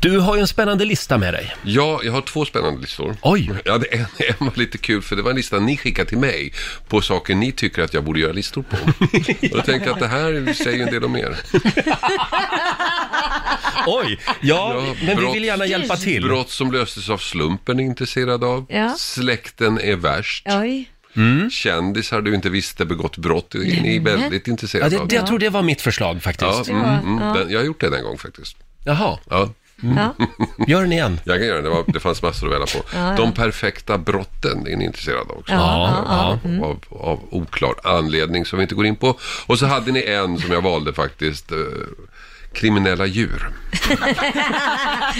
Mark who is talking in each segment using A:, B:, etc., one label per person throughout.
A: Du har ju en spännande lista med dig.
B: Ja, jag har två spännande listor.
A: Oj.
B: Ja, det, en, en var lite kul för det var en lista ni skickade till mig på saker ni tycker att jag borde göra listor på. Och då tänker jag att det här säger ju en del om er.
A: Oj! Ja,
B: Ja,
A: men vi
B: brott.
A: vill gärna hjälpa till.
B: Brott som löstes av slumpen är intresserad av.
C: Ja.
B: Släkten är värst.
C: Oj.
B: Kändisar du inte visste begått brott det är ni väldigt
A: Ja,
B: intresserade
A: det,
B: av.
A: det, jag tror det var mitt förslag
B: ja,
A: faktiskt.
B: mm, mm,
C: Ja.
B: Den, jag har gjort det en gång faktiskt.
A: Jaha,
B: Ja.
C: Ja.
A: gör den igen.
B: Jag kan göra det, det, var, det fanns massor att välja på. De perfekta brotten är ni intresserade av också.
A: Ja, ja,
C: Mm.
B: Av, av oklar anledning som vi inte går in på. Och så hade ni en som jag valde faktiskt, eh, kriminella djur.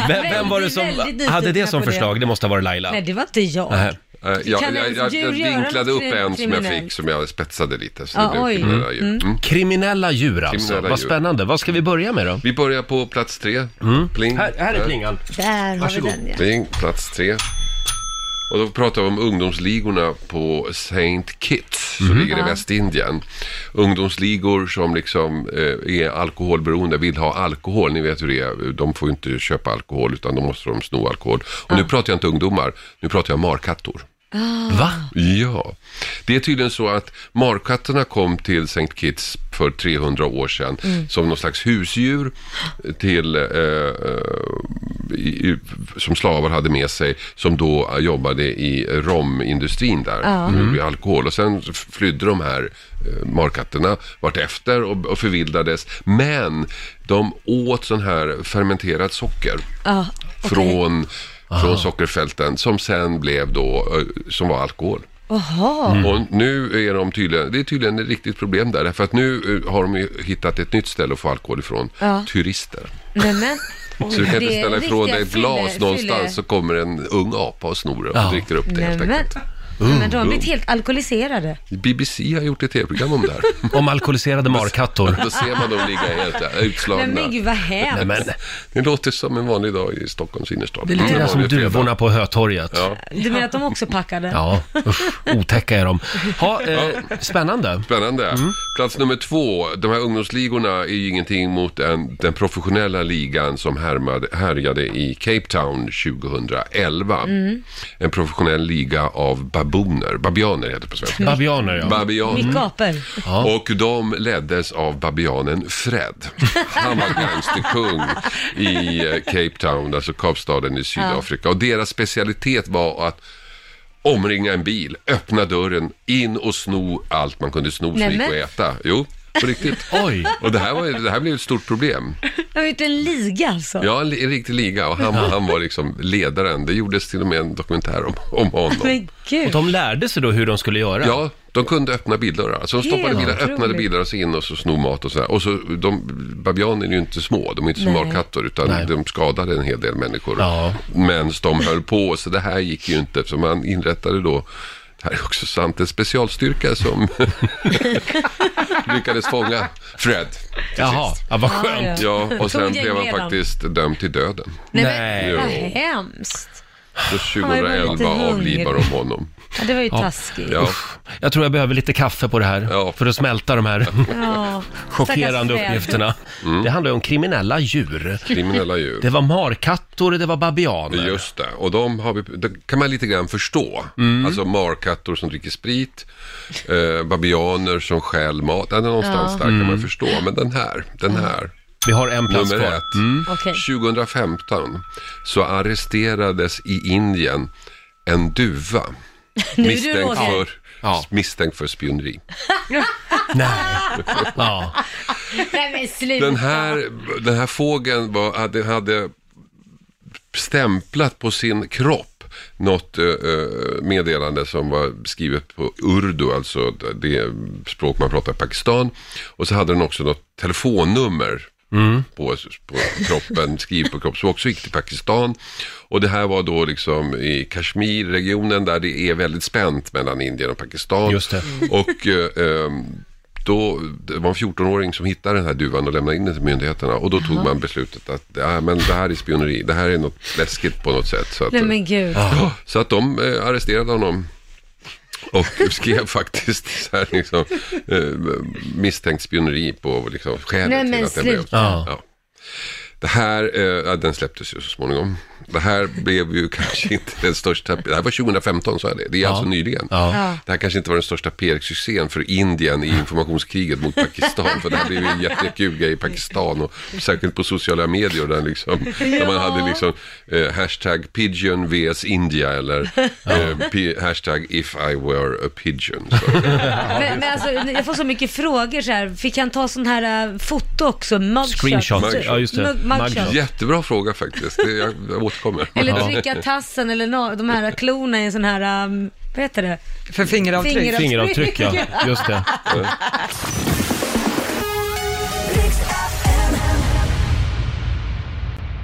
A: Vem, vem var det som
C: Väldigt, väldigt nyfikna
A: hade det som
C: på det.
A: förslag? Det måste ha varit Laila.
C: Nej, det var inte jag.
A: Nej.
B: Eh, Jag,
C: Kan
B: jag,
C: ens
B: jag, jag
C: djur göra
B: vinklade
C: något
B: upp en som jag
C: kriminellt?
B: fick som jag spetsade lite. Så
C: Ja,
B: det
C: oj.
B: blev kriminella djur. Mm.
A: Kriminella djur alltså.
B: Kriminella
A: Vad
B: djur.
A: spännande. Vad ska vi börja med då?
B: Vi börjar på plats tre. Pling.
A: Här, här är plingan.
C: Där har vi
A: Varsågod.
C: den ja.
B: Pling, plats tre. Och då pratar vi om ungdomsligorna på Saint Kitts som ligger i Västindien. Ungdomsligor som liksom eh, är alkoholberoende, vill ha alkohol. Ni vet hur det är, de får ju inte köpa alkohol utan då måste de sno alkohol. Och nu pratar jag inte ungdomar, nu pratar jag markattor.
A: Va?
B: Ja, det är tydligen så att markatterna kom till Sankt Kitts för 300 år sedan som någon slags husdjur till, eh, eh, i, i, som slavar hade med sig som då eh, jobbade i romindustrin där, ja. med alkohol. Och sen f- flydde de här eh, markatterna vartefter och, och förvildades. Men de åt sån här fermenterat socker
C: Ja, Ah, okej.
B: från, från sockerfälten som sen blev då, eh, som var alkohol.
C: Jaha.
B: Och nu är de tydligen, det är tydligen ett riktigt problem där, därför att nu eh, har de ju hittat ett nytt ställe att få alkohol ifrån,
C: Ja.
B: turister.
C: Nej, men.
B: Så du kan
C: Det
B: inte
C: är
B: ställa ifrån
C: riktiga
B: dig ett glas
C: fylle-
B: någonstans
C: fylle-
B: så kommer en ung apa och snor det och
A: Ja.
B: dricker upp det
C: Nej,
B: helt
C: men.
B: enkelt. Mm.
C: Nej, men de har blivit helt alkoholiserade.
B: BBC har gjort ett tv-program om det här.
A: Om alkoholiserade markattor.
B: Då ser man dem ligga helt eh,
C: Nej,
B: utslagna.
C: men gud vad
A: Nej,
C: hemskt.
A: men,
B: Det låter som en vanlig dag i Stockholms innerstad. Mm.
A: det är lite
B: En
A: grann som
B: vanlig fredag.
A: duvorna på Hötorget.
B: Ja.
C: Du menar att de också packade?
A: Ja, usch, otäcka är de. Ha, eh, spännande.
B: Spännande. Plats nummer två. De här ungdomsligorna är ju ingenting mot den, den professionella ligan som härmade, härjade i Cape Town 2011. En professionell liga av baboner. Babianer heter det på svenska.
A: Babianer ja.
B: Babianer.
C: Mycket apor.
A: Ja.
B: Och de leddes av babianen Fred. Han var gangsterkung i eh, Cape Town, alltså Kapstaden i Sydafrika. Och deras specialitet var att omringa en bil, öppna dörren, in och sno allt man kunde sno som
C: Nej,
B: gick
C: men.
B: att äta. Jo, på riktigt.
A: Oj,
B: Och det här, var, ju- det här blev ett stort problem.
C: De har gjort en liga alltså.
B: Ja, en li- en riktig liga och han, han var liksom ledaren. Det gjordes till och med en dokumentär om, om honom.
C: Men gud.
A: de lärde sig då hur de skulle göra.
B: Ja, de kunde öppna bildörrar. Alltså de stoppade
C: Helt
B: bilar, öppnade
C: otroligt.
B: bilar så in och så sno mat och sådär. Och så, de, babianer är ju inte små, de är inte som
C: Nej.
B: markattor utan
A: Nej.
B: de skadade en hel del människor.
A: Ja.
B: Medan de höll på, så det här gick ju inte. Så man inrättade då, det här är också sant, en specialstyrka som lyckades fånga Fred. till
A: Jaha,
B: sist.
A: ja, vad skönt.
C: Ja, ja.
B: Ja, och sen
C: Tog
B: blev han
C: gängledaren.
B: faktiskt dömd till döden.
C: Nej,
A: Nej.
C: men vad
B: Jo.
C: hemskt.
B: Så
C: var lite
B: 2011
C: hungrig.
B: avlivar de honom.
C: Ja, det var ju taskigt.
B: Ja,
A: Jag tror jag behöver lite kaffe på det här
B: Ja.
A: för att smälta de här
C: Ja.
A: chockerande
C: Stackars Fred.
A: uppgifterna.
B: Mm.
A: Det handlar ju om kriminella djur.
B: kriminella djur.
A: Det var markattor, det var babianer.
B: Just det, och de har vi, det kan man lite grann förstå.
C: Mm.
B: Alltså markattor som dricker sprit, eh, babianer som stjäl mat. Ja, någonstans där
C: Mm.
B: kan man förstå. Men den här, den här,
A: Vi har en plats
B: nummer
A: kvar.
B: ett.
C: Okej.
B: 2015 så arresterades i Indien en duva
C: Nu är du
B: misstänkt
C: Roger.
B: för,
A: Ja.
B: misstänkt för spioneri.
A: Nej. Ja.
C: Nej men sluta.
B: Den här, den här fågeln var, hade, hade stämplat på sin kropp något eh, eh, meddelande som var skrivet på urdu, alltså det språk man pratar i Pakistan. Och så hade den också något telefonnummer
A: Mm.
B: på, på kroppen, skrivet på kroppen, som också gick till Pakistan. Och det här var då liksom i Kashmir-regionen där det är väldigt spänt mellan Indien och Pakistan.
A: Just det.
C: Mm.
B: Och eh, ehm, då, det var en 14-åring som hittade den här duvan och lämnade in den till myndigheterna. Och då tog man beslutet att ja, men det här är spioneri, det här är något läskigt på något sätt. Så att,
C: Nej men gud.
B: Ja, så att de eh, arresterade honom. Och skrev faktiskt så här liksom, eh, misstänkt spioneri på liksom, skälet
C: Nej,
B: till
C: men
B: att den blev
C: sluta.
B: ja. Det här, eh, ja, den släpptes ju så småningom. Det här blev ju kanske inte den största, det här var 2015 sa jag det, det är alltså nyligen.
A: Ja.
C: Ja.
B: Det här kanske inte var den största PR-succén för Indien i informationskriget mot Pakistan, för det här blev ju en jättekul grej i Pakistan och särskilt på sociala medier där, liksom, där man
C: Ja.
B: hade liksom eh, hashtag pigeon vs India eller eh, pi- hashtag if I were a pigeon. Så.
C: men, men alltså, jag får så mycket frågor så här. Fick han ta sån här äh, foto också? Mugshot?
A: Screenshot.
B: Mugshot.
A: Ja, just det.
C: Mug- Mugshot.
A: Mugshot.
B: Jättebra fråga faktiskt, det, jag, jag återkommer.
C: Eller
A: Ja.
C: trycka tassen eller nå- de här klorna i en sån här, um, vad heter det?
D: För fingeravtryck.
C: Fingeravtryck.
A: Fingeravtryck, ja. Just det.